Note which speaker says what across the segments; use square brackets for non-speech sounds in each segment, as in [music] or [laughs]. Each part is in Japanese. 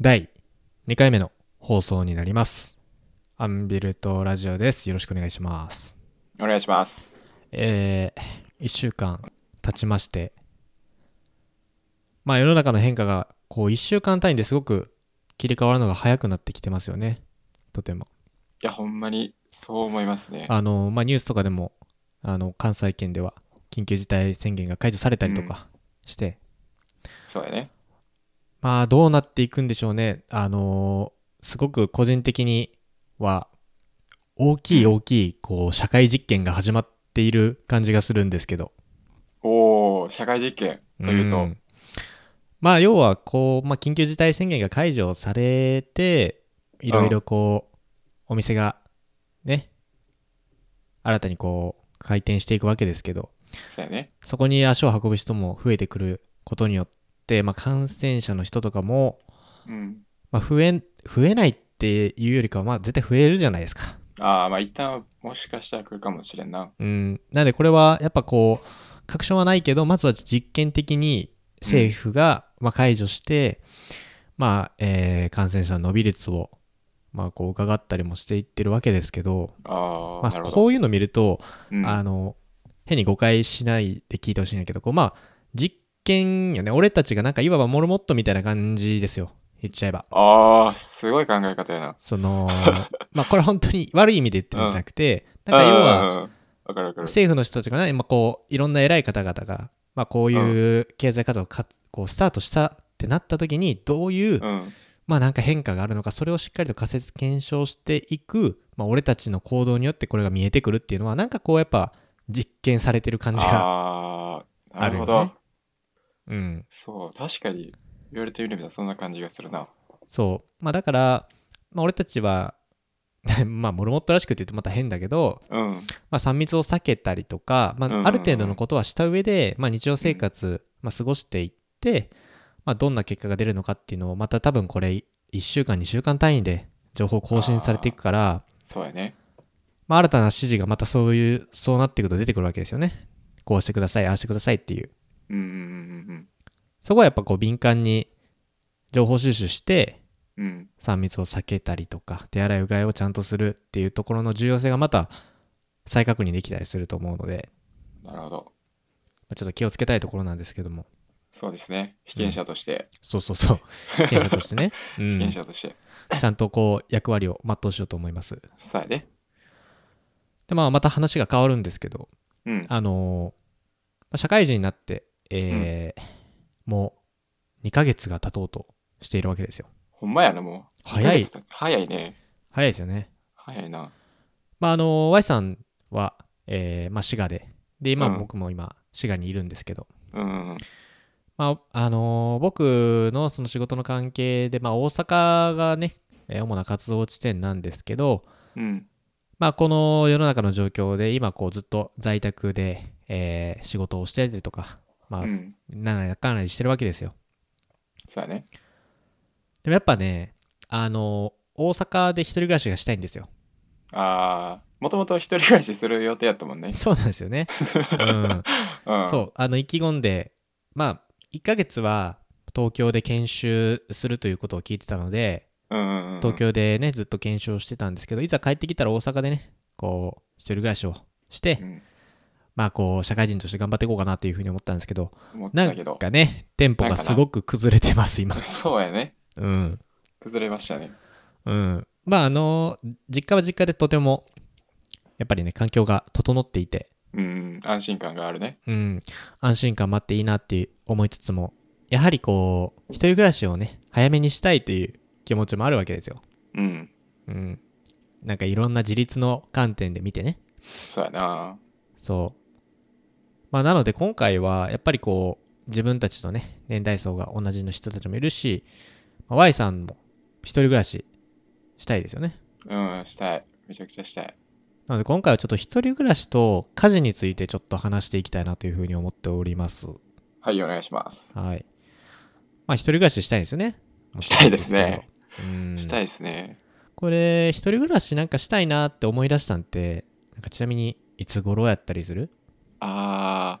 Speaker 1: 第2回目の放送になります。アンビルトラジオです。よろしくお願いします。
Speaker 2: お願いします。
Speaker 1: え1週間経ちまして、まあ世の中の変化がこう1週間単位ですごく切り替わるのが早くなってきてますよね。とても。
Speaker 2: いや、ほんまにそう思いますね。
Speaker 1: あの、まあニュースとかでも、あの、関西圏では緊急事態宣言が解除されたりとかして、
Speaker 2: そうやね。
Speaker 1: まあどうなっていくんでしょうね。あのーすごく個人的には大きい大きいこう社会実験が始まっている感じがするんですけど。
Speaker 2: おお、社会実験というと、
Speaker 1: んまあ要はこう、まあ、緊急事態宣言が解除されていろいろこうお店がね新たにこう開店していくわけですけど
Speaker 2: そうやね。
Speaker 1: そこに足を運ぶ人も増えてくることによって、まあ、感染者の人とかも
Speaker 2: うん。
Speaker 1: まあ、増えん増えないっていうよりかは、まあ、絶対増えるじゃないですか。
Speaker 2: ああ、まあ一旦もしかしたら来るかもしれんな。
Speaker 1: うん、なのでこれはやっぱこう確証はないけどまずは実験的に政府が、まあ、解除して、まあえー感染者の伸び率を、まあ、こう伺ったりもしていってるわけですけど、
Speaker 2: ああ、
Speaker 1: まあ、
Speaker 2: なるほど。
Speaker 1: こういうの見ると、
Speaker 2: うん、
Speaker 1: あの変に誤解しないで聞いてほしいんだけどこう、まあ、実験よね俺たちがなんかいわばモルモットみたいな感じですよ言っちゃえば。
Speaker 2: あー、すごい考え方やな。
Speaker 1: そのまあこれ本当に悪い意味で言ってるんじゃなくて、なんか
Speaker 2: うん
Speaker 1: 要
Speaker 2: う
Speaker 1: は
Speaker 2: んうんわかるわかる。
Speaker 1: 政府の人たちがね、まあ、こういろんな偉い方々が、まあ、こういう経済活動をかこうスタートしたってなった時にどういう、
Speaker 2: うん。
Speaker 1: まあ、なんか変化があるのかそれをしっかりと仮説検証していく、まあ、俺たちの行動によってこれが見えてくるっていうのはなんかこうやっぱ実験されてる [laughs] 感じが、
Speaker 2: ああ、
Speaker 1: あ
Speaker 2: な
Speaker 1: る
Speaker 2: る
Speaker 1: よ
Speaker 2: ほ
Speaker 1: ね
Speaker 2: ど。
Speaker 1: うん、
Speaker 2: そう、確かに言われてみればそんな感じがするな。
Speaker 1: そう、まあ、だから、まあ、俺たちは [laughs] まあモルモットらしくって言ってまた変だけど、
Speaker 2: うん。
Speaker 1: まあ、3密を避けたりとか、ま
Speaker 2: うんうんうん
Speaker 1: あ、ある程度のことはした上で、まあ、日常生活、まあ、過ごしていって、まあ、どんな結果が出るのかっていうのをまた多分これ1週間2週間単位で情報更新されていくから
Speaker 2: そうやね。
Speaker 1: まあ、新たな指示がまたそういうそうなっていくと出てくるわけですよねこうしてくださいああしてくださいっていう
Speaker 2: うんうんうん
Speaker 1: そこはやっぱこう敏感に情報収集して
Speaker 2: うんうん。うん。
Speaker 1: 3密を避けたりとか手洗いうがいをちゃんとするっていうところの重要性がまた再確認できたりすると思うので、
Speaker 2: なるほど。
Speaker 1: まあちょっと気をつけたいところなんですけども
Speaker 2: そうですね。被験者として、
Speaker 1: そうそう
Speaker 2: [laughs]
Speaker 1: そう。被験者としてね。う
Speaker 2: 被
Speaker 1: ん、
Speaker 2: 験
Speaker 1: ち
Speaker 2: 者として、
Speaker 1: ゃんとこう役割を全うしようと思います。
Speaker 2: そうやね。
Speaker 1: で、まあまた話が変わるんですけど、
Speaker 2: うん。
Speaker 1: あのーまあ社会人になって、えーもう2ヶ月が経とうとしているわけですよ。
Speaker 2: ほんまやな、もう。
Speaker 1: 早い
Speaker 2: 2ヶ月経って早いね。
Speaker 1: 早いですよね。
Speaker 2: 早いな。
Speaker 1: まああのー Y さんは、えーまあ滋賀で、で、今
Speaker 2: うん
Speaker 1: 僕も今滋賀にいるんですけど、
Speaker 2: うんうん。
Speaker 1: まあ、あのー僕のその仕事の関係で、まあ大阪がね、えー主な活動地点なんですけど、
Speaker 2: うん。
Speaker 1: まあ、この世の中の状況で今こうずっと在宅で、えー仕事をしてたりとか、まあ
Speaker 2: うん。
Speaker 1: なんなりかなりしてるわけですよ
Speaker 2: そうやね。
Speaker 1: でもやっぱねあの大阪で一人暮らしがしたいんですよ
Speaker 2: ああ、もともと一人暮らしする予定やったもんね。
Speaker 1: そうなんですよね、うん、
Speaker 2: [laughs] うん。
Speaker 1: そうあの意気込んでまあ1ヶ月は東京で研修するということを聞いてたので
Speaker 2: うんうんうん。
Speaker 1: 東京でねずっと研修をしてたんですけどいざ帰ってきたら大阪でねこう一人暮らしをして、
Speaker 2: うん。
Speaker 1: まあこう社会人として頑張っていこうかなというふうに思ったんですけど
Speaker 2: 思って
Speaker 1: な
Speaker 2: たけ
Speaker 1: ん
Speaker 2: ど。
Speaker 1: かね、テンポがすごく崩れてます、今。
Speaker 2: そうやね。
Speaker 1: うん。
Speaker 2: 崩れましたね。
Speaker 1: うん。まあ、あの、実家は実家でとても、やっぱりね、環境が整っていて、
Speaker 2: うん。安心感があるね。
Speaker 1: うん、安心感もあっていいなって思いつつも、やはりこう、一人暮らしをね、早めにしたいという気持ちもあるわけですよ。
Speaker 2: うん。
Speaker 1: うん。なんかいろんな自立の観点で見てね。
Speaker 2: そうやな。
Speaker 1: そう。まあ、なので今回は、やっぱりこう、自分たちとね、年代層が同じの人たちもいるし、まあ Y さんも一人暮らししたいですよね。
Speaker 2: うん。したい。めちゃくちゃしたい。
Speaker 1: なので今回はちょっと一人暮らしと家事についてちょっと話していきたいなというふうに思っております。
Speaker 2: はい、お願いします。
Speaker 1: はい。まあ一人暮らししたいですよね。
Speaker 2: したいですね
Speaker 1: うん。
Speaker 2: したいですね。
Speaker 1: これ、一人暮らしなんかしたいなって思い出したんって、なんかちなみにいつ頃やったりする
Speaker 2: ああ、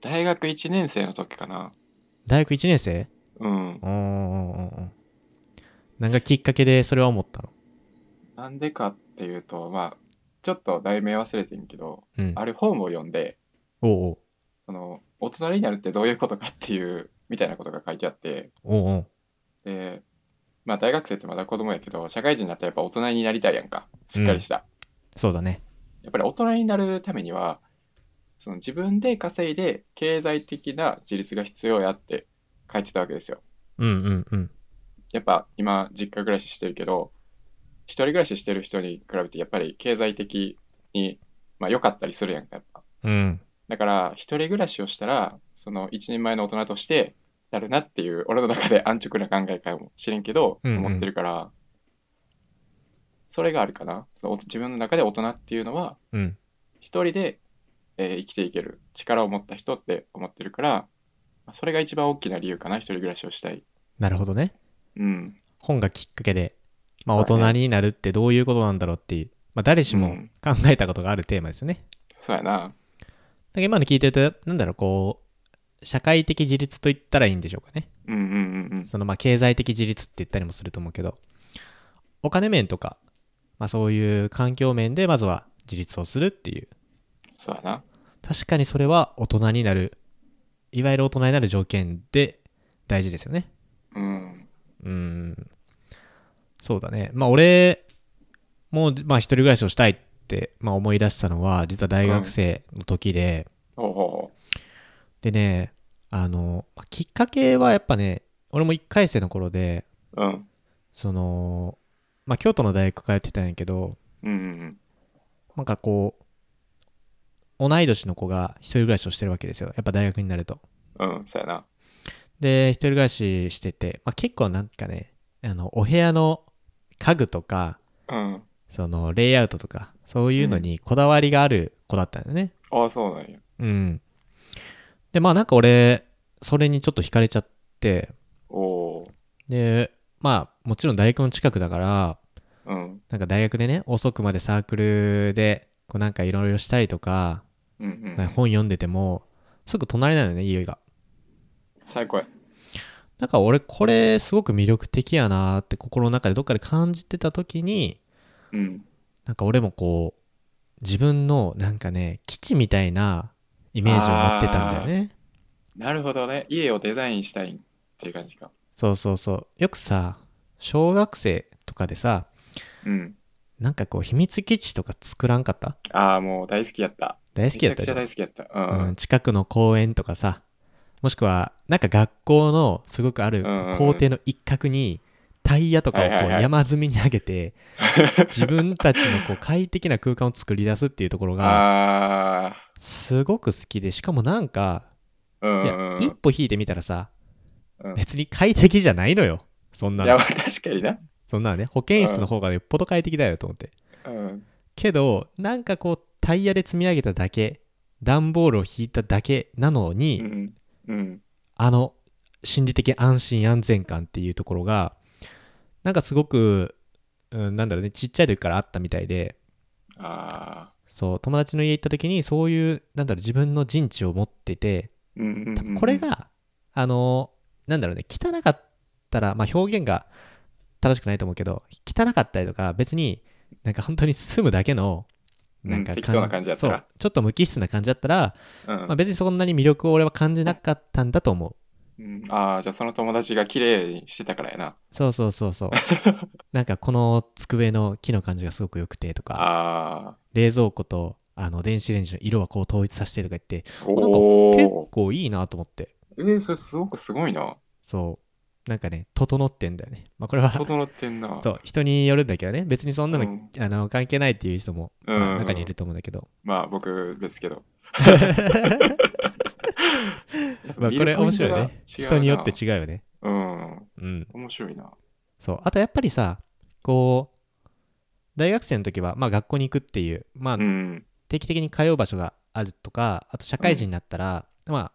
Speaker 2: 大学1年生の時かな。
Speaker 1: 大学1年生
Speaker 2: うん。
Speaker 1: うんうんうんうん。なんかきっかけでそれは思ったの。
Speaker 2: なんでかっていうと、まあ、ちょっと題名忘れてんけど、
Speaker 1: うん。
Speaker 2: あれ本を読んで、
Speaker 1: おう
Speaker 2: その、大人になるってどういうことかっていう、みたいなことが書いてあって、
Speaker 1: おうおうおう
Speaker 2: で、まあ大学生ってまだ子供やけど、社会人になったらやっぱ大人になりたいやんか。しっかりした。
Speaker 1: そうだね。
Speaker 2: やっぱり大人になるためには、その自分で稼いで経済的な自立が必要やって書いてたわけですよ。
Speaker 1: うんうんうん。
Speaker 2: やっぱ今実家暮らししてるけど一人暮らししてる人に比べてやっぱり経済的にまあ良かったりするやんかやっぱ
Speaker 1: うん。
Speaker 2: だから一人暮らしをしたらその一人前の大人としてなるなっていう俺の中で [laughs] 安直な考えかもしれんけど
Speaker 1: うんうん
Speaker 2: 思ってるから、それがあるかなそのお自分の中で大人っていうのは
Speaker 1: うん。
Speaker 2: 一人で、えー生きていける力を持った人って思ってるからまあそれが一番大きな理由かな一人暮らしをしたい
Speaker 1: なるほどね。
Speaker 2: うん
Speaker 1: 本がきっかけで、まあ、
Speaker 2: そ
Speaker 1: 大
Speaker 2: うだね
Speaker 1: 人になるってどういうことなんだろうっていう、まあ、誰し
Speaker 2: う
Speaker 1: も
Speaker 2: ん
Speaker 1: 考えたことがあるテーマですよね。
Speaker 2: そうやな
Speaker 1: だから今の聞いてると、なんだろう、こう、社会的自立と言ったらいいんでしょうかね。
Speaker 2: うんうんうんうん
Speaker 1: そのまあ経済的自立って言ったりもすると思うけど、お金面とか、まあ、そういう環境面でまずは自立をするっていう。
Speaker 2: そうやな
Speaker 1: 確かにそれは大人になる、いわゆる大人になる条件で大事ですよね。
Speaker 2: うん。
Speaker 1: うーんそうだね。まあ俺も、まあ、一人暮らしをしたいって、まあ、思い出したのは実は大学生の時で、
Speaker 2: ほうほうほ
Speaker 1: でねあのまあきっかけはやっぱね俺も1回生の頃で
Speaker 2: う。うん。
Speaker 1: その、まあ、京都の大学通ってたんやけど
Speaker 2: うんうん
Speaker 1: なんかこう同い年の子が一人暮らしをしてるわけですよやっぱ大学になると。
Speaker 2: うん。うん、そうやな。
Speaker 1: で一人暮らししてて、まあ、結構なんかねあのお部屋の家具とか
Speaker 2: うん。
Speaker 1: そのレイアウトとかそういうのにこだわりがある子だったんだよね
Speaker 2: ああ、そうなんや。
Speaker 1: うん、でまあなんか俺それにちょっと惹かれちゃって
Speaker 2: おお
Speaker 1: でまあもちろん大学の近くだから
Speaker 2: ー。うん。
Speaker 1: なんか大学でね遅くまでサークルでこうなんかいろいろしたりとか
Speaker 2: うんう
Speaker 1: なん
Speaker 2: ん
Speaker 1: か。本読んでてもすぐ隣なのよね家が
Speaker 2: 最高や。
Speaker 1: なんか俺これすごく魅力的やなって心の中でどっかで感じてた時に
Speaker 2: うん。
Speaker 1: なんか俺もこう自分のなんかね基地みたいなイメージを持ってたんだよね
Speaker 2: なるほどね。家をデザインしたいっていう感じか。
Speaker 1: そうそうそうよくさ小学生とかでさ
Speaker 2: うん。
Speaker 1: なんかこう秘密基地とか作らんかった
Speaker 2: ああ、もう大好きやった。
Speaker 1: 大好
Speaker 2: め
Speaker 1: き
Speaker 2: ち
Speaker 1: やっ
Speaker 2: ゃ
Speaker 1: た
Speaker 2: く
Speaker 1: じ
Speaker 2: ち
Speaker 1: ゃ
Speaker 2: ゃ
Speaker 1: ん
Speaker 2: 大好きやった。うん。
Speaker 1: うん、近くの公園とかさもしくはなんか学校のすごくある
Speaker 2: うんうんうん
Speaker 1: 校庭の一角にタイヤとかをこ
Speaker 2: はいはいうはい
Speaker 1: 山積みに上げ
Speaker 2: [laughs]
Speaker 1: て自分たちのこう快適な空間を作り出すっていうところが
Speaker 2: ああ。
Speaker 1: すごく好きでしかもなんか
Speaker 2: うん
Speaker 1: い
Speaker 2: うん
Speaker 1: や
Speaker 2: うん。
Speaker 1: 一歩引いてみたらさ
Speaker 2: うん
Speaker 1: 別に快適じゃないのよそんない
Speaker 2: や、
Speaker 1: の
Speaker 2: まあ確かにな。
Speaker 1: そんなのね保健室の方がよっぽど快適だよと思って
Speaker 2: うん。
Speaker 1: けどなんかこうタイヤで積み上げただけ段ボールを引いただけなのに、
Speaker 2: うん。うん。
Speaker 1: あの心理的安心安全感っていうところがなんかすごく、うん、なんだろうねちっちゃい時からあったみたいで
Speaker 2: ああ。
Speaker 1: そう友達の家行った時にそういうなんだろう自分の陣地を持ってて
Speaker 2: うんうんうん
Speaker 1: 多
Speaker 2: うん。
Speaker 1: 分これがあのなんだろうね汚かったら、まあ、表現が正しくないと思うけど汚かったりとか別になんか本当に [laughs] 住むだけのなんか
Speaker 2: うん適当な感じだったら
Speaker 1: そうちょっと無機質な感じだったら、
Speaker 2: うん、
Speaker 1: まあ、別にそんなに魅力を俺は感じなかったんだと思う
Speaker 2: うんああ、じゃあその友達が綺麗にしてたからやな。
Speaker 1: そうそうそう
Speaker 2: [laughs]
Speaker 1: そうなんかこの机の木の感じがすごく良くてとか
Speaker 2: ああ。
Speaker 1: 冷蔵庫とあの電子レンジの色はこう統一させてとか言ってなんか
Speaker 2: お
Speaker 1: 結
Speaker 2: お。
Speaker 1: 構いいなと思って
Speaker 2: えー、それすごくすごいな。
Speaker 1: そうなんかね整ってんだよねまあこれは
Speaker 2: 整ってん
Speaker 1: [laughs]
Speaker 2: な。
Speaker 1: そう人によるんだけどね別にそんなの,、
Speaker 2: うん
Speaker 1: あの関係ないっていう人も、
Speaker 2: うん
Speaker 1: まあ中にいると思うんだけど、
Speaker 2: まあ僕ですけど。
Speaker 1: [laughs] まあ、これ面白いね人によって
Speaker 2: う。
Speaker 1: 違うよね
Speaker 2: うん。
Speaker 1: うん
Speaker 2: 面白いな。
Speaker 1: そうあとやっぱりさこう大学生の時は、まあ、学校に行くっていう、まあ
Speaker 2: う、ん。
Speaker 1: 定期的に通う場所があるとかあと社会人になったら、まあ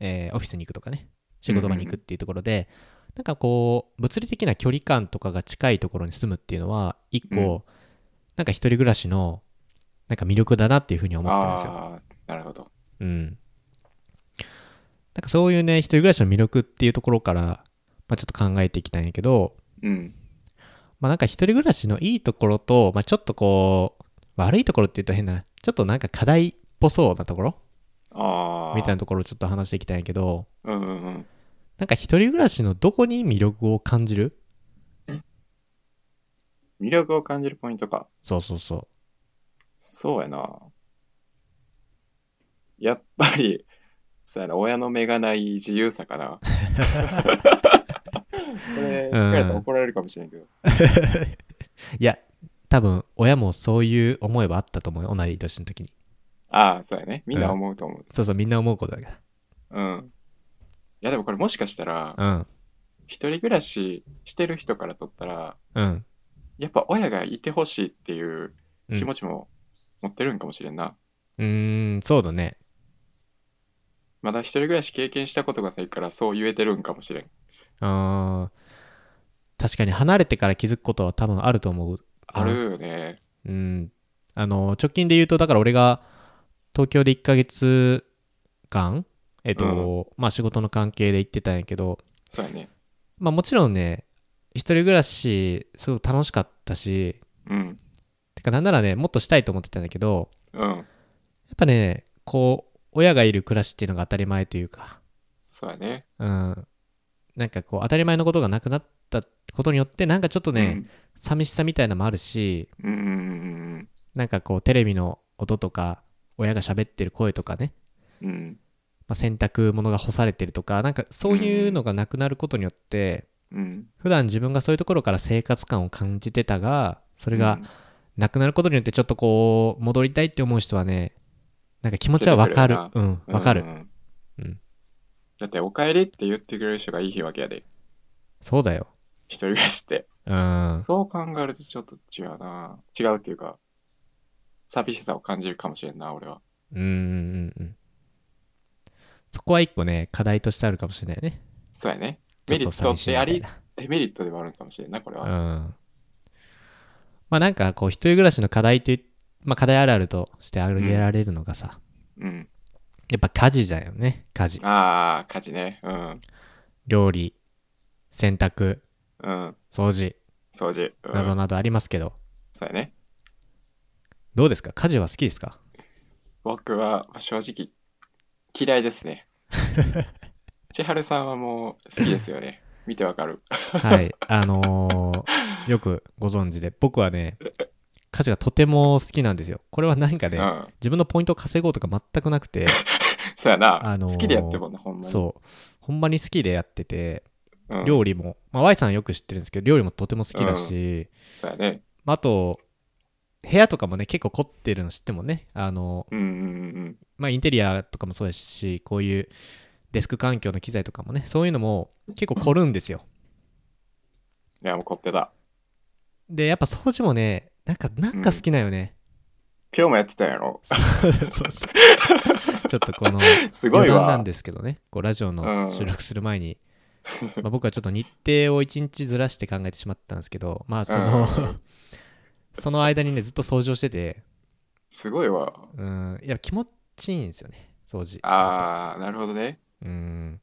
Speaker 1: えーオフィスに行くとかね仕事場に行くっていうところで、なんかこう物理的な距離感とかが近いところに住むっていうのは一個、
Speaker 2: うん
Speaker 1: なんか一人暮らしのなんか魅力だなっていうふうに思ってるんですよ。
Speaker 2: ああ、なるほど。
Speaker 1: うん、なんかそういうね一人暮らしの魅力っていうところから、まあ、ちょっと考えていきたいんやけど
Speaker 2: うん。
Speaker 1: まあなんか一人暮らしのいいところと、まあちょっとこう、悪いところって言ったら変だな。ちょっとなんか課題っぽそうなところ
Speaker 2: ああ。
Speaker 1: みたいなところをちょっと話していきたいんやけど、
Speaker 2: うんうんうん。
Speaker 1: なんか一人暮らしのどこに魅力を感じる
Speaker 2: 魅力を感じるポイントか。
Speaker 1: そうそうそう。
Speaker 2: そうやな。やっぱり、 [laughs] そうやな、親の目がない自由さ
Speaker 1: [laughs]
Speaker 2: かな。これ、聞かれたら怒られるかもしれんけど。
Speaker 1: いや、多分親もそういう思いはあったと思うよ。同じ年の時に。
Speaker 2: ああ、そうやね。みんな思うと思う。
Speaker 1: そうそう、みんな思うことだか
Speaker 2: うん。いや、でもこれもしかしたら、
Speaker 1: ら。
Speaker 2: 一人暮らししてる人からとったら、
Speaker 1: うん。うん。
Speaker 2: やっぱ親がいてほしいっていう気持ちも持ってるんかもしれんな。
Speaker 1: うーん、そうだね。
Speaker 2: まだ一人暮らし経験したことがないからそう言えてるんかもしれん。
Speaker 1: あー確かに離れてから気づくことは多分あると思う。
Speaker 2: あるよね。
Speaker 1: うん。あの、直近で言うと、だから俺が東京で1ヶ月間、えっと、まあ仕事の関係で行ってたんやけど、
Speaker 2: そうやね。
Speaker 1: まあもちろんね、一人暮らしすごく楽しかったし、
Speaker 2: うん。
Speaker 1: てかなんならね、もっとしたいと思ってたんだけど、
Speaker 2: うん。
Speaker 1: やっぱね、こう、親がいる暮らしっていうのが当たり前というか、
Speaker 2: そうやね。
Speaker 1: うん。なんかこう、当たり前のことがなくなったことによって、なんかちょっとね、寂しさみたいなのもあるし
Speaker 2: うん。うんうんうん
Speaker 1: なんかこうテレビの音とか親が喋ってる声とかね、
Speaker 2: うん。うん。
Speaker 1: まあ、洗濯物が干されてるとかなんかそういうのがなくなることによって
Speaker 2: うん。
Speaker 1: 普段自分がそういうところから生活感を感じてたがそ
Speaker 2: そ
Speaker 1: れが、なくなることによってちょっとこう戻りたいって思う人はねなんか気持ちはわかる
Speaker 2: 出て
Speaker 1: うんわかる、
Speaker 2: うん
Speaker 1: うん
Speaker 2: だって、お帰りって言ってくれる人がいいわけやで。
Speaker 1: そうだよ
Speaker 2: 一人暮らしって。
Speaker 1: うん
Speaker 2: そう考えるとちょっと違うな。違うっていうか、寂しさを感じるかもしれんな、俺は。
Speaker 1: うんうんうんうんそこは一個ね課題としてあるかもしれないね
Speaker 2: そうやね。
Speaker 1: ちょ
Speaker 2: メ
Speaker 1: っ
Speaker 2: リ
Speaker 1: と
Speaker 2: ット
Speaker 1: 寂
Speaker 2: っ
Speaker 1: しい
Speaker 2: て
Speaker 1: み
Speaker 2: あ
Speaker 1: たい
Speaker 2: り
Speaker 1: な、
Speaker 2: デメリットでもあるかもしれんな、これ
Speaker 1: う
Speaker 2: は。
Speaker 1: ん。まあなんかこう一人暮らしの課題という、まあ課題あるあるとして挙げられるのがさ、
Speaker 2: うん。
Speaker 1: やっぱ家事だよね。家事。
Speaker 2: ああ、家事ね。うん。
Speaker 1: 料理、洗濯、
Speaker 2: うん。
Speaker 1: 掃除、
Speaker 2: 掃除。うん
Speaker 1: などなどありますけど、
Speaker 2: そうやね。
Speaker 1: どうですか家事は好きですか
Speaker 2: 僕は、まあ正直、嫌いで
Speaker 1: [laughs]
Speaker 2: すね。千春さんはもう好きです
Speaker 1: [laughs]
Speaker 2: よね。見てわかる。
Speaker 1: はい。あのーよくご存知で、僕はね、家事がとても好きなんですよ。これは何か
Speaker 2: う
Speaker 1: ね、
Speaker 2: ん。
Speaker 1: 自分のポイントを稼ごうとか全くなく
Speaker 2: [laughs]
Speaker 1: て、
Speaker 2: そうやな。
Speaker 1: あのー
Speaker 2: 好きでやってもんな、ほんまに。
Speaker 1: そう、ほんまに好きでやってて、
Speaker 2: うん。
Speaker 1: 料理も、まあ、Y さんよく知ってるんですけど、料理もとても好きだし、
Speaker 2: そうやね。
Speaker 1: まああと部屋とかもね結構凝ってるの知ってもねあの、
Speaker 2: うんうんうんうん。
Speaker 1: まあ、インテリアとかもそうですしこういうデスク環境の機材とかもねそういうのも結構凝るんですよ
Speaker 2: いや、もう凝ってた。
Speaker 1: でやっぱ掃除もねなんかなんか好きなよね、
Speaker 2: 今日もやってたやろ。
Speaker 1: そうそうそうちょっとこの
Speaker 2: すごい
Speaker 1: 余談な
Speaker 2: わ
Speaker 1: ん。ですけどねこうラジオ
Speaker 2: う
Speaker 1: の
Speaker 2: ん
Speaker 1: 収録する前に、まあ、僕はちょっと日程を1日ずらして考えてしまったんですけどまあその、
Speaker 2: う
Speaker 1: [laughs] その間にねずっと掃除をしてて
Speaker 2: すごいわ。
Speaker 1: うんいや気持ちいいんですよね掃除
Speaker 2: ああ、なるほどね。
Speaker 1: うん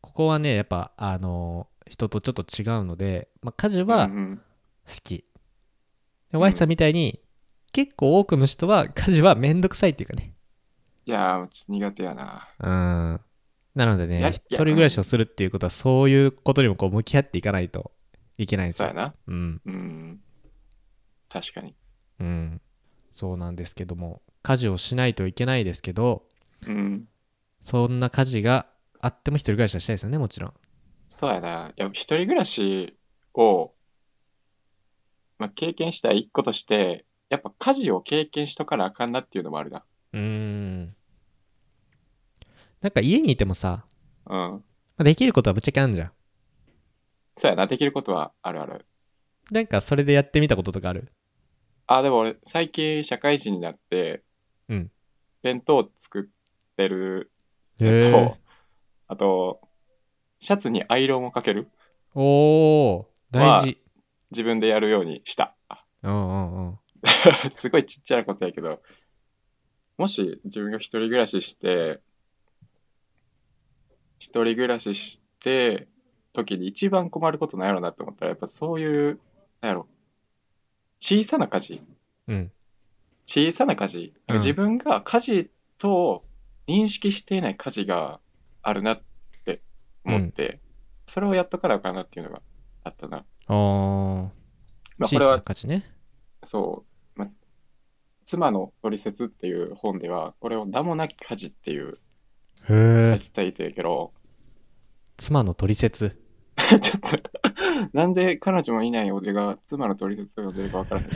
Speaker 1: ここはねやっぱあの人とちょっと違うので、まあ、家事は
Speaker 2: うん
Speaker 1: 好
Speaker 2: うん
Speaker 1: き、で Y さんみたいに結構多くの人は家事はめんどくさいっていうかね
Speaker 2: いやー、ちょっと苦手やな。
Speaker 1: うんなので
Speaker 2: や
Speaker 1: ね
Speaker 2: いや
Speaker 1: 一人暮らしをするっていうことはそういうことにもこう向き合っていかないといけないんです
Speaker 2: そうや
Speaker 1: よ、
Speaker 2: な。
Speaker 1: うん
Speaker 2: うん。確かに。
Speaker 1: うん、そうなんですけども家事をしないといけないですけど
Speaker 2: うん。
Speaker 1: そんな家事があっても一人暮らしはしたいですよねもちろん
Speaker 2: そうやな。いや、一人暮らしを、まあ、経験した一個として、やっぱ家事を経験しとかなあかんなっていうのもあるな。
Speaker 1: うーんなんか家にいてもさ、
Speaker 2: うん。
Speaker 1: まあできることはぶっちゃけあんじゃん。
Speaker 2: そうやな。できることはあるある。
Speaker 1: なんかそれでやってみたこととかある
Speaker 2: あ、でも俺、最近社会人になって、
Speaker 1: うん。
Speaker 2: 弁当作ってる
Speaker 1: え
Speaker 2: のと、あと、シャツにアイロンをかける
Speaker 1: おお大事。
Speaker 2: 自分でやるようにした。
Speaker 1: うんうんうん。
Speaker 2: [laughs] すごいちっちゃなことやけど、もし自分が一人暮らしして、一人暮らしして、時に一番困ることなんやろなって思ったら、やっぱそういうなんやろ、小さな家事、
Speaker 1: うん。
Speaker 2: 小さな家事、
Speaker 1: うん
Speaker 2: 自分が家事と認識していない家事があるなって思って、それをやっとかなあかんなっていうのがあったな。
Speaker 1: あー。
Speaker 2: まあ、
Speaker 1: 小さ
Speaker 2: これ
Speaker 1: な
Speaker 2: は
Speaker 1: 価値ね。
Speaker 2: そう、ま、妻の取説っていう本では、これを名もなき家事っていう
Speaker 1: へ
Speaker 2: 書
Speaker 1: え。
Speaker 2: きたいてるけど、 [laughs]
Speaker 1: 妻の取説。
Speaker 2: ちょっと、なんで彼女もいない俺が妻の取説を読んでるかわからない。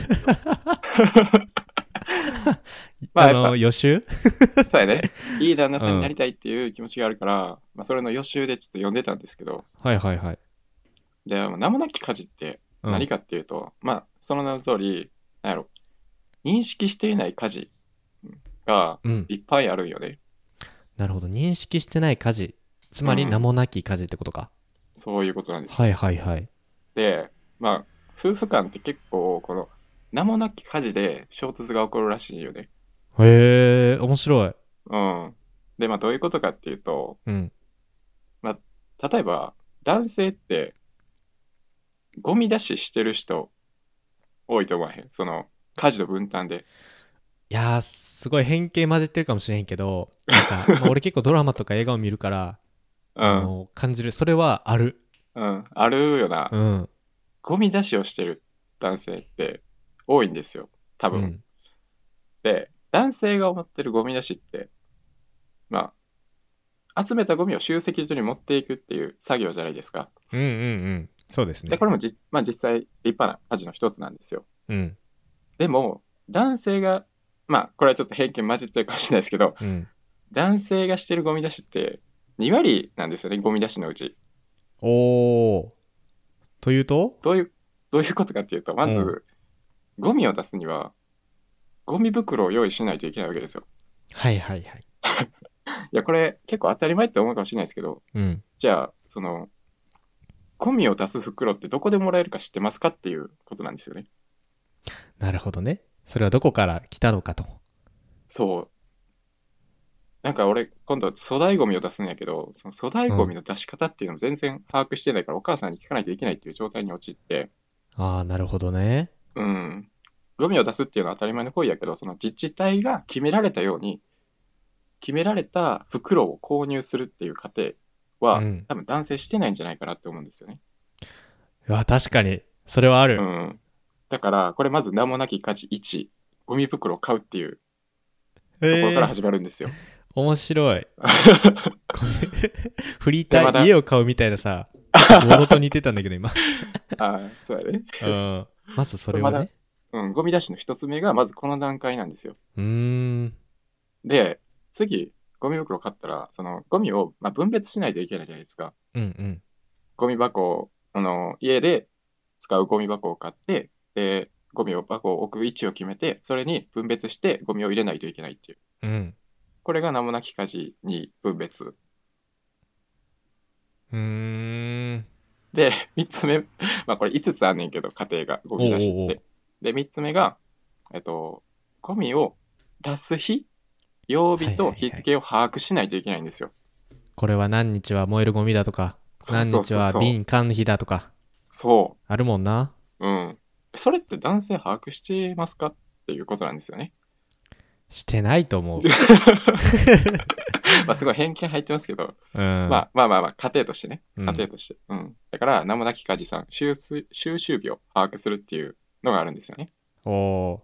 Speaker 2: まあ
Speaker 1: あ
Speaker 2: やっぱ
Speaker 1: の、予習
Speaker 2: そう
Speaker 1: [laughs]
Speaker 2: やね。いい旦那さんになりたいっていう気持ちがあるから、まあ、それの予習でちょっと読んでたんですけど、
Speaker 1: はいはいはい。
Speaker 2: で、まあ名もなき家事って
Speaker 1: うん
Speaker 2: 何かっていうと、まあ、その名の通り、なんやろ、認識していない家事が
Speaker 1: うん。
Speaker 2: いっぱいあるんよね。
Speaker 1: なるほど。認識してない家事。つまり
Speaker 2: うん
Speaker 1: 名もなき家事ってことか。
Speaker 2: そういうことなんですよ。
Speaker 1: はいはいはい。
Speaker 2: で、まあ、夫婦間って結構、この、名もなき家事で衝突が起こるらしいよね。
Speaker 1: へえ、面白い。
Speaker 2: うん。で、まあ、どういうことかっていうと、
Speaker 1: うん。
Speaker 2: 例えば、男性って、ゴミ出ししてる人、多いと思わへん。その、家事の分担で。
Speaker 1: いやー、すごい変形混じってるかもしれへんけど、なんか、 [laughs] まあ俺結構ドラマとか映画を見るから、
Speaker 2: う
Speaker 1: あ
Speaker 2: ん。
Speaker 1: の、感じる。それはある。
Speaker 2: うん。あるよな。
Speaker 1: うん。
Speaker 2: ゴミ出しをしてる男性って多いんですよ。多
Speaker 1: う
Speaker 2: 分。
Speaker 1: ん。
Speaker 2: で、男性が思ってるゴミ出しって、まあ、集めたゴミを集積所に持っていくっていう作業じゃないですか。
Speaker 1: うんうんうん。そうです
Speaker 2: で、
Speaker 1: ね
Speaker 2: こ。れもじ、まあ、実際立派な家事の一つなんですよ。
Speaker 1: うん。
Speaker 2: でも、男性が、まあ、これはちょっと偏見混じってるかもしれないですけど、
Speaker 1: うん。
Speaker 2: 男性がしてるゴミ出しって2割なんですよね、ゴミ出しのうち。
Speaker 1: おー。というと
Speaker 2: どういう、どういうことかっていうと、まず、
Speaker 1: うん
Speaker 2: ゴミを出すには、ゴミ袋を用意しないといけないわけですよ。
Speaker 1: はいはいはい。
Speaker 2: いや、これ結構当たり前って思うかもしれないですけど、
Speaker 1: うん。
Speaker 2: じゃあ、その、ゴミを出す袋ってどこでもらえるか知ってますかっていうことなんですよね。
Speaker 1: なるほどね。それはどこから来たのかと。
Speaker 2: そう。なんか俺、今度、粗大ゴミを出すんやけど、その粗大ゴミの出し方っていうのも全然把握してないから、お母さんに聞かないといけないっていう状態に陥って、
Speaker 1: ああ、なるほどね。
Speaker 2: うん、ゴミを出すっていうのは当たり前の行為やけど、その自治体が決められたように、決められた袋を購入するっていう過程は、
Speaker 1: うん
Speaker 2: 多分男性してないんじゃないかなって思うんですよね。
Speaker 1: うわ、確かに。それはある。
Speaker 2: うん、だから、これまず名もなき価値1、ゴミ袋を買うっていう
Speaker 1: え
Speaker 2: とこ
Speaker 1: ー
Speaker 2: ろから始まるんですよ。
Speaker 1: 面白
Speaker 2: [laughs]
Speaker 1: い。これフリー
Speaker 2: で
Speaker 1: タ
Speaker 2: ま
Speaker 1: ー
Speaker 2: だ
Speaker 1: 家を買うみたいな
Speaker 2: [laughs]
Speaker 1: さ、ものと似てたんだけど今。
Speaker 2: あーそうやね、
Speaker 1: うん。まずそれは
Speaker 2: ま
Speaker 1: ね
Speaker 2: だ。うん。ゴミ出しの一つ目が、まずこの段階なんですよ。
Speaker 1: うーん。
Speaker 2: で、次、ゴミ袋を買ったら、そのゴミを、まあ、分別しないといけないじゃないですか。
Speaker 1: うんうん。
Speaker 2: ゴミ箱をあの、家で使うゴミ箱を買って、で、ゴミを箱を置く位置を決めて、それに分別してゴミを入れないといけないっていう。
Speaker 1: うん。
Speaker 2: これが名もなき家事に分別。
Speaker 1: うーん。
Speaker 2: で、3つ目、まあこれ5つあんねんけど、家庭がゴミ出しって。
Speaker 1: おうおうおう
Speaker 2: で、3つ目が、えっと、ゴミを出す日、曜日
Speaker 1: は
Speaker 2: と
Speaker 1: いはいはい
Speaker 2: 日付を把握しないといけないんですよ。
Speaker 1: これは何日は燃えるゴミだとか、
Speaker 2: そう
Speaker 1: 何
Speaker 2: そう
Speaker 1: 日
Speaker 2: そう
Speaker 1: は
Speaker 2: そう
Speaker 1: 瓶缶の日だとか、
Speaker 2: そ
Speaker 1: あるもんな。
Speaker 2: う。うん。それって男性把握してますかっていうことなんですよね。
Speaker 1: してないと思う。
Speaker 2: まあすごい偏見入ってますけど、
Speaker 1: うん。
Speaker 2: [laughs] まあまあまあまあ、家庭としてね。
Speaker 1: うん
Speaker 2: 家庭として。うん。だから、名もなき家事さん、収集収集日を把握するっていうのがあるんですよね。
Speaker 1: おー。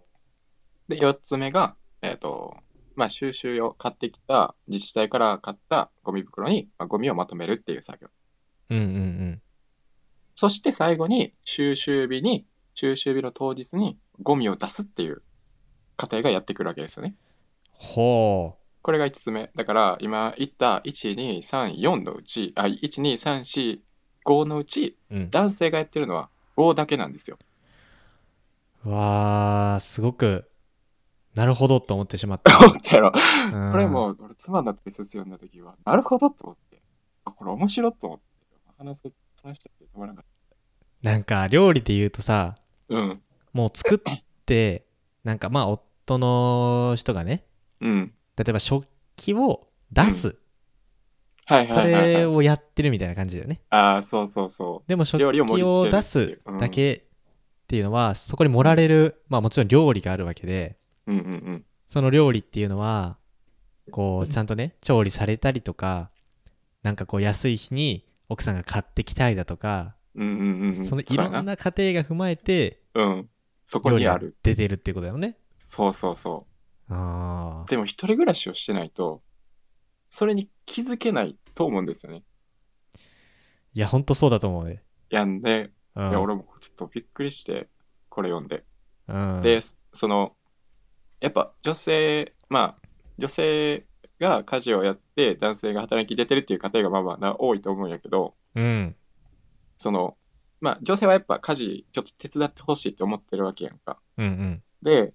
Speaker 2: で、4つ目が、えっ、と、まあ、収集用、買ってきた、自治体から買ったゴミ袋に、まあ、ゴミをまとめるっていう作業。
Speaker 1: うんうんうん。
Speaker 2: そして最後に、収集日に、収集日の当日にゴミを出すっていう過程がやってくるわけですよね。
Speaker 1: ほ
Speaker 2: これが5つ目。だから、今言った、1、2、3、4のうち、あ、1、2、3、4、5のうち、
Speaker 1: う。うん。
Speaker 2: 男性がやってるのは5だけなんですよ。 [laughs]
Speaker 1: わー、すごく、なるほどと思ってしま
Speaker 2: [laughs]
Speaker 1: った。
Speaker 2: 思ったやろ。
Speaker 1: うん
Speaker 2: これもう、俺妻の取説読んだ時は、なるほどと思って、あ、これ面白いと思って、話す、話したって止まらなかっ
Speaker 1: なんか料理で言うとさ
Speaker 2: た。うん。
Speaker 1: もう作ってなんかまあ夫の人がね
Speaker 2: うん。
Speaker 1: 例えば食器を出す、
Speaker 2: はい
Speaker 1: そ
Speaker 2: はいはい、
Speaker 1: れ
Speaker 2: はい。
Speaker 1: をやってるみたいな感じだよね
Speaker 2: ああ、そうそうそ
Speaker 1: でも食
Speaker 2: 料理を
Speaker 1: 器
Speaker 2: 盛り
Speaker 1: を
Speaker 2: 付ける
Speaker 1: 出
Speaker 2: っていう
Speaker 1: すだけっていうのはそこに盛られる、まあ、もちろん料理があるわけで
Speaker 2: うんうんうん。
Speaker 1: その料理っていうのはこうちゃんとね調理されたりとかなんかこう安い日に奥さんが買ってきたりだとか
Speaker 2: うんうんうんうん。
Speaker 1: そのい
Speaker 2: そう
Speaker 1: ろ
Speaker 2: や
Speaker 1: んな過程が踏まえて
Speaker 2: うん。そこ
Speaker 1: 料理
Speaker 2: にあ
Speaker 1: が
Speaker 2: る。
Speaker 1: 出てるっていうことだよね。
Speaker 2: そうそうそ
Speaker 1: あ
Speaker 2: う。でも一人暮らしをしてないと、それに気づけないと思うんですよね。
Speaker 1: ーいやほんとそうだと思うね。
Speaker 2: やんで、
Speaker 1: うん
Speaker 2: いや俺もちょっとびっくりして、これ読んで。
Speaker 1: うん
Speaker 2: で、その、やっぱ女性、まあ、女性が家事をやって、男性が働き出てるっていう家庭がまあまあな多いと思うんやけど、
Speaker 1: うん
Speaker 2: その、まあ、女性はやっぱ家事ちょっと手伝ってほしいって思ってるわけやんか。
Speaker 1: うんうん
Speaker 2: で、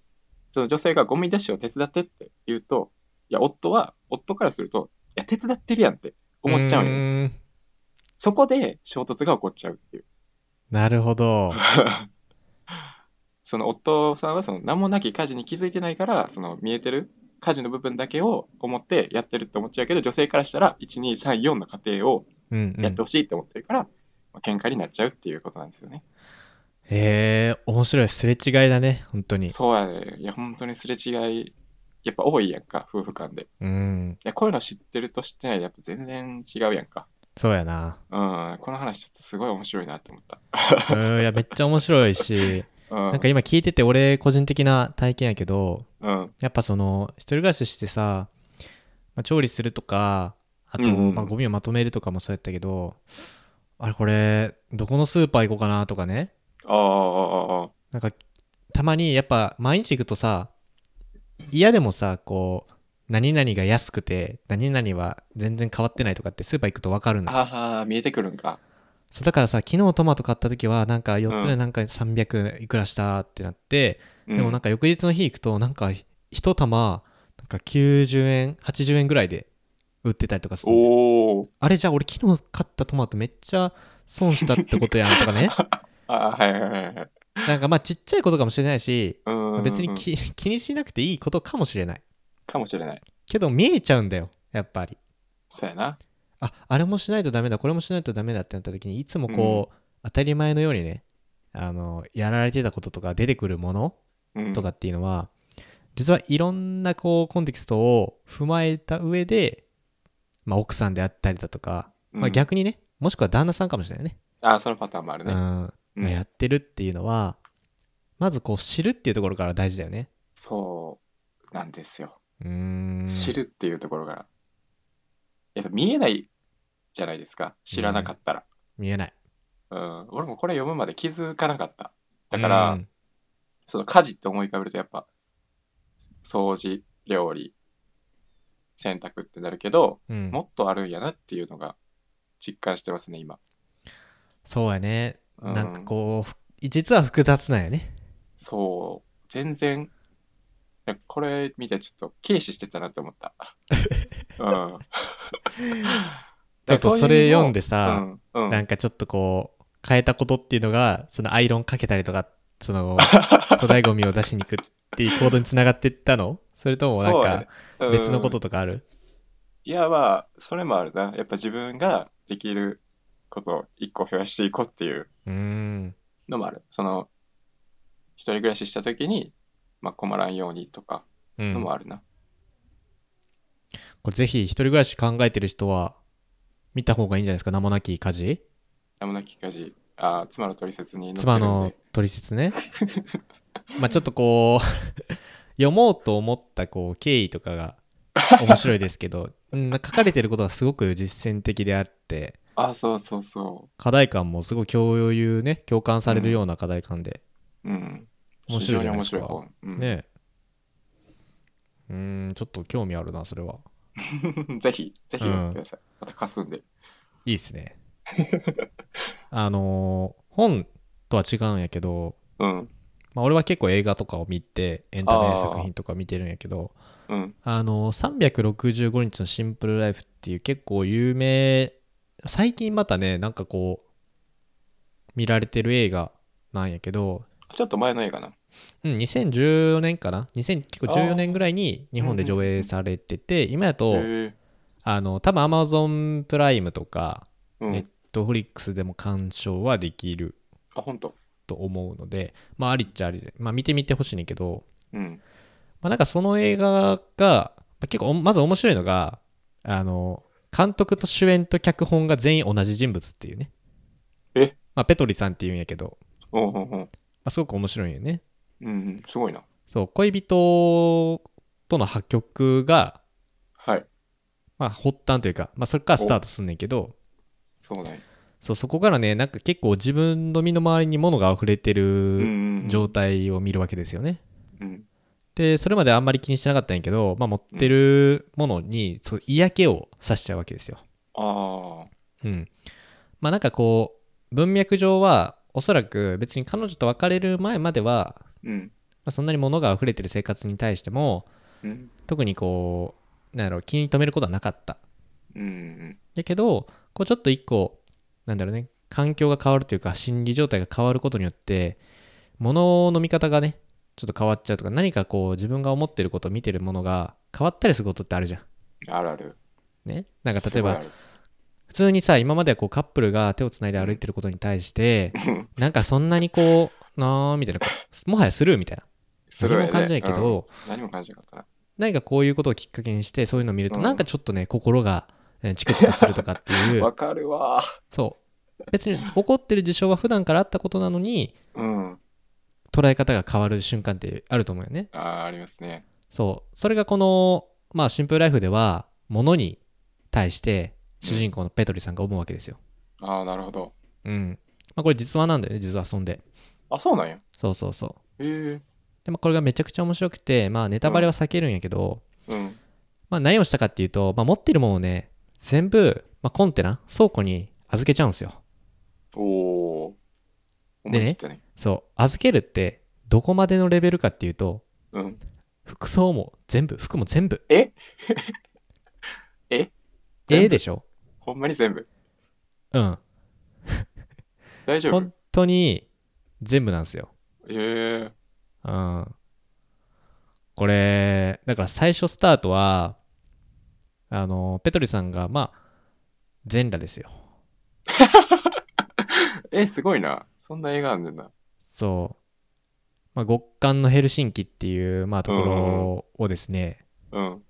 Speaker 2: その女性がゴミ出しを手伝ってって言うと、いや、夫は、夫からすると、いや、手伝ってるやんって思っちゃ
Speaker 1: ー
Speaker 2: うんよ。
Speaker 1: ん
Speaker 2: そこで衝突が起こっちゃうっていう。
Speaker 1: なるほど。
Speaker 2: その夫さんはその何もなき家事に気づいてないから、その見えてる家事の部分だけを思ってやってるって思っちゃうけど、女性からしたら、1、2、3、4の過程を
Speaker 1: うんうん
Speaker 2: やってほしいって思ってるから、まあ喧嘩になっちゃうっていうことなんですよね。
Speaker 1: へえ面白いすれ違いだね本当に。
Speaker 2: そうやね。いや、本当にすれ違い、やっぱ多いやんか、夫婦間で。い
Speaker 1: うん
Speaker 2: や、こういうの知ってると知ってないで、やっぱ全然違うやんか。
Speaker 1: そうやな。
Speaker 2: うん、この話ちょっとすごい面白いなって思った。
Speaker 1: うんいやめっちゃ面白いし
Speaker 2: [laughs] うん、
Speaker 1: なんか今聞いてて俺個人的な体験やけど
Speaker 2: うん、
Speaker 1: やっぱその一人暮らししてさ、まあ、調理するとかあと、
Speaker 2: うんうんうん
Speaker 1: まあ、ゴミをまとめるとかもそうやったけどあれこれどこのスーパー行こうかなとかね
Speaker 2: ああ、ああ、
Speaker 1: なんかたまにやっぱ毎日行くとさ嫌でもさこう何々が安くて何々は全然変わってないとかってスーパー行くと分かるんだ
Speaker 2: ああ、ああ、見えてくるんか。
Speaker 1: そうだからさ昨日トマト買った時はなんか4つ
Speaker 2: う
Speaker 1: でなんか300いくらしたってなって、
Speaker 2: うん、
Speaker 1: でもなんか翌日の日行くとなんか一玉なんか90円80円ぐらいで売ってたりとかする
Speaker 2: おお、
Speaker 1: あれじゃあ俺昨日買ったトマトめっちゃ損したってことやんとか
Speaker 2: [laughs]
Speaker 1: ね
Speaker 2: ああ、はいはいはいはい。
Speaker 1: なんかまあちっちゃいことかもしれないし
Speaker 2: うん、
Speaker 1: 別にき気にしなくていいことかもしれない
Speaker 2: かもしれない。
Speaker 1: けど見えちゃうんだよやっぱり
Speaker 2: そうやな。
Speaker 1: ああれもしないとダメだこれもしないとダメだってなった時にいつもこう、当たり前のようにねあのやられてたこととか出てくるもの
Speaker 2: うん、
Speaker 1: とかっていうのは、実はいろんなこうコンテキストを踏まえた上で、まあ、奥さんであったりだとか、
Speaker 2: うん
Speaker 1: まあ、。逆にねもしくは旦那さんかもしれないね、
Speaker 2: ああ、そのパターンもある
Speaker 1: う
Speaker 2: ね。
Speaker 1: ん
Speaker 2: うん
Speaker 1: がやってるっていうのはまずこう知るっていうところから大事だよね
Speaker 2: そうなんですよ。
Speaker 1: うーん
Speaker 2: 知るっていうところから。やっぱ見えないじゃないですか。知らなかったら。
Speaker 1: 見えない
Speaker 2: うん、俺もこれ読むまで気づかなかった。だから、
Speaker 1: うん
Speaker 2: その家事って思い浮かべるとやっぱ掃除料理洗濯ってなるけど、
Speaker 1: うん
Speaker 2: もっとあるんやなっていうのが実感してますね今
Speaker 1: そうやね、
Speaker 2: うん
Speaker 1: なんかこうふ実は複雑なんやね
Speaker 2: そう全然いやこれ見てちょっと軽視してたなって
Speaker 1: [laughs]
Speaker 2: 思った、うん、
Speaker 1: ちょっとそれ読んでさ、
Speaker 2: うんうん
Speaker 1: なんかちょっとこう変えたことっていうのがそのアイロンかけたりとかそ
Speaker 2: [laughs]
Speaker 1: の粗大ゴミを出しに行くっていう行動につながってったのそれともなん
Speaker 2: そうや
Speaker 1: か
Speaker 2: ねうん
Speaker 1: 別のこととかある
Speaker 2: いやまあそれもあるなやっぱ自分ができることを一個増やしていこうっていう
Speaker 1: うーん
Speaker 2: のもある。その、一人暮らししたときに、まあ、困らんようにとか
Speaker 1: う
Speaker 2: の
Speaker 1: ん
Speaker 2: もあるな。
Speaker 1: これぜひ一人暮らし考えてる人は見た方がいいんじゃないですか名もなき家事
Speaker 2: やむなき家事、あー妻の取説に載ってる
Speaker 1: 妻
Speaker 2: んで。
Speaker 1: の取説
Speaker 2: [laughs]
Speaker 1: ねまあちょっとこう読もう [laughs] と思ったこう経緯とかが面白いですけど、うん、書かれてることがすごく実践的であって
Speaker 2: あ、そうそうそ
Speaker 1: 課題感もすごい共有ね共感されるような課題感で、
Speaker 2: う。うん。
Speaker 1: 面白いじゃないですか
Speaker 2: 非常に面白い本。うん、
Speaker 1: ねうーんちょっと興味あるなそれは
Speaker 2: [laughs] ぜひ、ぜひ読んでください。また貸すんで。
Speaker 1: いいっす
Speaker 2: [laughs]
Speaker 1: ねあのー本とは違うんやけど、
Speaker 2: うん。
Speaker 1: まあ、俺は結構映画とかを見てエンタ
Speaker 2: あ
Speaker 1: メ
Speaker 2: ー
Speaker 1: 作品とか見てるんやけど
Speaker 2: うん。
Speaker 1: あの365日のシンプルライフっていう結構有名最近またねなんかこう見られてる映画なんやけど、
Speaker 2: ちょっと前の映画な。
Speaker 1: うん、2014年かな2000結構
Speaker 2: あー
Speaker 1: 14年ぐらいに日本で上映されてて今やと
Speaker 2: へ
Speaker 1: あの多分 Amazon プライムとか
Speaker 2: ーうん。
Speaker 1: ね Netflix でも鑑賞はできる
Speaker 2: あ、ほんと。
Speaker 1: と思うので、まあ、ありっちゃありで、まあ、見てみてほしいねんけど、
Speaker 2: うん。
Speaker 1: まあ、なんかその映画が、まあ、結構おまず面白いのがあの監督と主演と脚本が全員同じ人物っていうね
Speaker 2: え
Speaker 1: まあ、ペトリさんっていうんやけど、
Speaker 2: おうおうおう。
Speaker 1: まあ、すごく面白いんよね
Speaker 2: うんうん、すごいな。
Speaker 1: そう恋人との破局が、
Speaker 2: はい。
Speaker 1: まあ、発端というか、まあ、それからスタートすんねんけど
Speaker 2: そうね。
Speaker 1: そうそこからねなんか結構自分の身の回りに物が溢れて
Speaker 2: う
Speaker 1: る
Speaker 2: ん。
Speaker 1: 状態を見るわけですよね、
Speaker 2: うん。
Speaker 1: でそれまであんまり気にしてなかったんやけど、まあ、持ってるものにそう嫌気をさしちゃうわけですよ。
Speaker 2: ああ。
Speaker 1: うん、まあなんかこう文脈上はおそらく別に彼女と別れる前までは、
Speaker 2: うん。
Speaker 1: まあ、そんなに物が溢れてる生活に対しても
Speaker 2: うん。
Speaker 1: 特にこうなんだろう気に留めることはなかった。
Speaker 2: うん。
Speaker 1: やけどこうちょっと一個なんだろうね環境が変わるというか心理状態が変わることによって物の見方がねちょっと変わっちゃうとか何かこう自分が思ってること見てるものが変わったりすることってあるじゃん。
Speaker 2: あるある。
Speaker 1: ね、なんか例
Speaker 2: す
Speaker 1: え
Speaker 2: ごいあ
Speaker 1: ば
Speaker 2: る。
Speaker 1: 普通にさ今まではこうカップルが手をつないで歩いてることに対して
Speaker 2: うん
Speaker 1: なんかそんなにこうなーみたいなこうもはやスルーみたいな
Speaker 2: すご
Speaker 1: 何
Speaker 2: いね
Speaker 1: も感じないけど、
Speaker 2: うん何も感じなかったな。
Speaker 1: 何かこういうことをきっかけにしてそういうのを見ると、
Speaker 2: うん
Speaker 1: なんかちょっとね心がえーチクチクするとかって
Speaker 2: [laughs]
Speaker 1: いう
Speaker 2: わかるわ。
Speaker 1: そう別に怒ってる事象は普段からあったことなのに
Speaker 2: うん。
Speaker 1: 捉え方が変わる瞬間ってあると思うよね
Speaker 2: ああ、ありますね。
Speaker 1: そうそれがこのまあシンプルライフでは物に対して主人公のペトリさんが思うわけですよ
Speaker 2: ああ、なるほど。
Speaker 1: うん、まあ、これ実話なんだよね実は遊んで
Speaker 2: あ、そうなんや。
Speaker 1: そうそうそう
Speaker 2: へえ。
Speaker 1: でもこれがめちゃくちゃ面白くてまあネタバレは避けるんやけど、
Speaker 2: うん。
Speaker 1: まあ、何をしたかっていうと、まあ、持ってるものをね全部、まあ、コンテナ倉庫に預けちゃうんですよ
Speaker 2: おお。思い切ったね。
Speaker 1: そう預けるってどこまでのレベルかっていうと
Speaker 2: うん。
Speaker 1: 服装も全部服も全部
Speaker 2: え [laughs] え全部
Speaker 1: ええでしょ
Speaker 2: ほんまに全部。
Speaker 1: うん
Speaker 2: 大丈夫
Speaker 1: 本当に全部なんですよ
Speaker 2: ええ。
Speaker 1: うんこれだから最初スタートはあのペトリさんがまあ全裸ですよ
Speaker 2: え、すごいな。そんな映画あんねんな。
Speaker 1: そう、まあ、極寒のヘルシンキっていう、まあ、ところをですね、
Speaker 2: うん。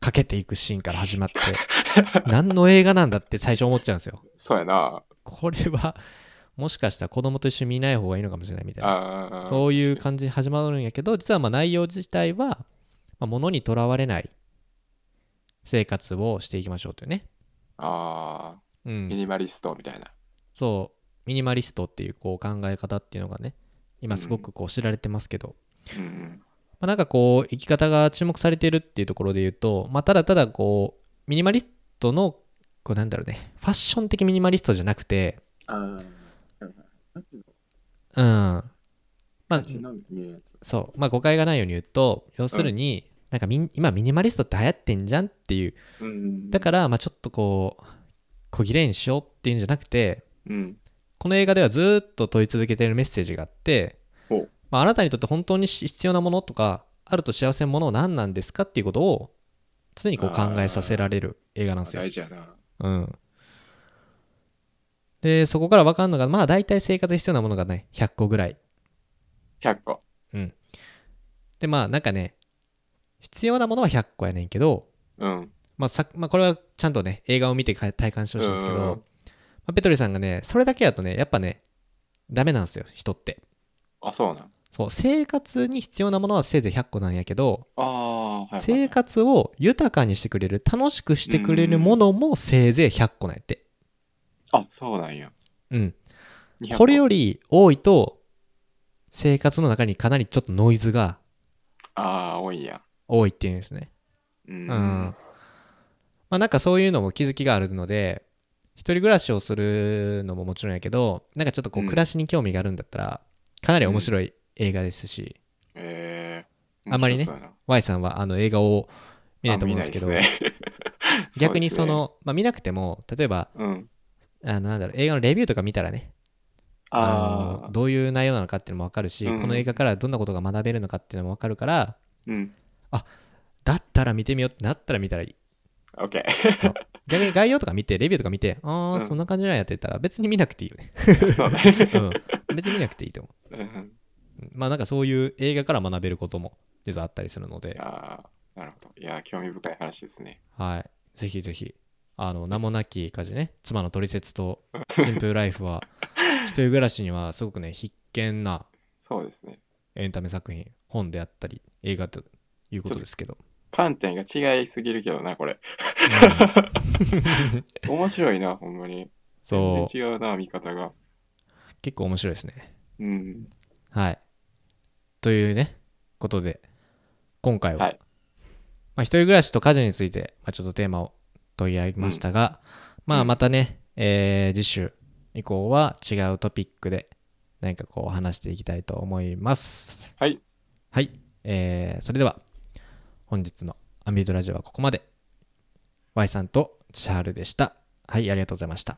Speaker 1: かけていくシーンから始まって何の映画なんだって最初思っちゃうんですよ
Speaker 2: そうやな。
Speaker 1: これはもしかしたら子供と一緒に見ない方がいいのかもしれないみたいな
Speaker 2: ああ。
Speaker 1: そういう感じに始まるんやけど実はまあ内容自体は、まあ、物にとらわれない生活をしていきましょうというね、
Speaker 2: ああ、
Speaker 1: う
Speaker 2: ミ
Speaker 1: ん、
Speaker 2: ニマリストみたいな。
Speaker 1: そうミニマリストっていうこう考え方っていうのがね今すごくこう知られてますけど、
Speaker 2: うんうん。
Speaker 1: まあ、なんかこう生き方が注目されてるっていうところで言うと、まあ、ただただこうミニマリストのこうなんだろうねファッション的ミニマリストじゃなくて
Speaker 2: ああ。
Speaker 1: うんまあ
Speaker 2: の見えるやつ。
Speaker 1: そうまあ誤解がないように言うと要するに、なんかみん今ミニマリストって流行ってんじゃんっていう
Speaker 2: うん。
Speaker 1: だからまあちょっとこう小切れにしようっていうんじゃなくて
Speaker 2: うん。
Speaker 1: この映画ではずーっと問い続けてるメッセージがあって
Speaker 2: ほう、
Speaker 1: まあ、あなたにとって本当にし必要なものとかあると幸せなものは何なんですかっていうことを常にこう考えさせられる映画なんですよ
Speaker 2: 大。事やな。
Speaker 1: うん、でそこから分かるのがまあ大体生活に必要なものがね100個ぐらい。
Speaker 2: 100個。
Speaker 1: でまあなんかね必要なものは100個やねんけど、
Speaker 2: うん。
Speaker 1: まあ、さまあこれはちゃんとね映画を見てか体感してほしいんですけど、
Speaker 2: うんうんう
Speaker 1: ま
Speaker 2: ん
Speaker 1: あ、ペトリさんがねそれだけやとねやっぱねダメなんですよ人って。
Speaker 2: あ、そうなん。
Speaker 1: そう生活に必要なものはせいぜい100個なんやけど、
Speaker 2: ああ、はいはいはい。
Speaker 1: 生活を豊かにしてくれる楽しくしてくれるものもせいぜい100個なんやって、
Speaker 2: あ、そうなんや。
Speaker 1: うん、
Speaker 2: 200個
Speaker 1: これより多いと生活の中にかなりちょっとノイズが
Speaker 2: ああ、多いんや。
Speaker 1: 多いっていうんですね
Speaker 2: う。
Speaker 1: うんん、まあなんかそういうのも気づきがあるので一人暮らしをするのももちろんやけどなんかちょっとこう
Speaker 2: うん
Speaker 1: 暮らしに興味があるんだったらかなり面白い映画ですし、
Speaker 2: ええ
Speaker 1: あんまりね
Speaker 2: 面白そうやな
Speaker 1: Y さんはあの映画を見ないと思うんですけど
Speaker 2: あ見ないですね
Speaker 1: [laughs] 逆に
Speaker 2: うです
Speaker 1: そ、
Speaker 2: ね [laughs]
Speaker 1: の、まあ、見なくても例えば
Speaker 2: うん。
Speaker 1: あのなんだろう映画のレビューとか見たらね
Speaker 2: あ
Speaker 1: の
Speaker 2: あ、
Speaker 1: どういう内容なのかっていうのも分かるし、
Speaker 2: うん
Speaker 1: この映画からどんなことが学べるのかっていうのも分かるから
Speaker 2: うん。
Speaker 1: だったら見てみようってなったら見たらいい
Speaker 2: オッケ
Speaker 1: [laughs] 逆に概要とか見てレビューとか見てああ、
Speaker 2: うん
Speaker 1: そんな感じなんやって言ったら別に見なくていいよね、
Speaker 2: ー。そうだね。
Speaker 1: うん、別に見なくていいと思
Speaker 2: [laughs] うん
Speaker 1: ううん。まあなんかそういう映画から学べることも実はあったりするの
Speaker 2: い
Speaker 1: で、
Speaker 2: やーなるほど。いやー、興味深い話ですね。
Speaker 1: はい。ぜひぜひ、あの、名もなき家事ね、妻の取説と、シンプルライフは、一人暮らしにはすごくね、必見な
Speaker 2: そうですね。
Speaker 1: エンタメ作品、本であったり、映画ということですけど。
Speaker 2: 観点が違いすぎるけどな、これ。 [laughs]
Speaker 1: うん
Speaker 2: 面白いな、ほんまに。
Speaker 1: そう
Speaker 2: 全、然違うな、見方が。
Speaker 1: 結構面白いですね。
Speaker 2: うん。
Speaker 1: はい。というね、ことで、今回は、
Speaker 2: はい
Speaker 1: まあ、一人暮らしと家事について、まあ、ちょっとテーマを問い合いましたが、まあ、
Speaker 2: うん
Speaker 1: またね、えー次週以降は違うトピックで、何かこう話していきたいと思います。
Speaker 2: はい。
Speaker 1: はい。えーそれでは、本日のアンビュートラジオはここまで。Y さんと千春でした。はい、ありがとうございました。